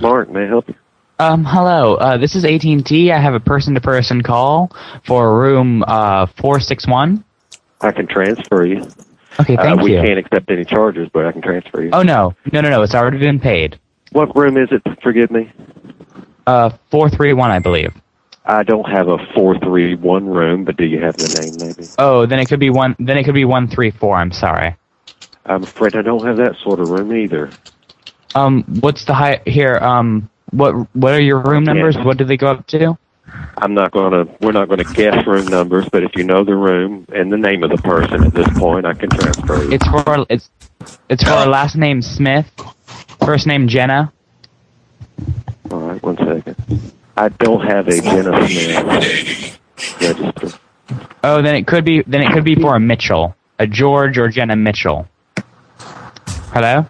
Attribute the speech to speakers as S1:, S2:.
S1: Mark, may I help you?
S2: Um, hello. Uh, this is AT&T. I have a person-to-person call for room uh, 461.
S1: I can transfer you.
S2: Okay, thank
S1: uh, we
S2: you.
S1: can't accept any charges, but I can transfer you.
S2: Oh no, no, no, no. It's already been paid.
S1: What room is it? Forgive me.
S2: Uh, 431, I believe.
S1: I don't have a 431 room, but do you have the name maybe?
S2: Oh, then it could be one. Then it could be 134. I'm sorry.
S1: I'm afraid I don't have that sort of room either.
S2: Um, what's the high here? Um, what what are your room numbers?
S1: Yes.
S2: What do they go up to?
S1: I'm not going to, we're not going to guess room numbers, but if you know the room and the name of the person at this point, I can transfer you.
S2: It's for it's it's for our last name Smith, first name Jenna.
S1: All right, one second. I don't have a Jenna Smith register.
S2: Oh, then it could be then it could be for a Mitchell, a George or Jenna Mitchell. Hello.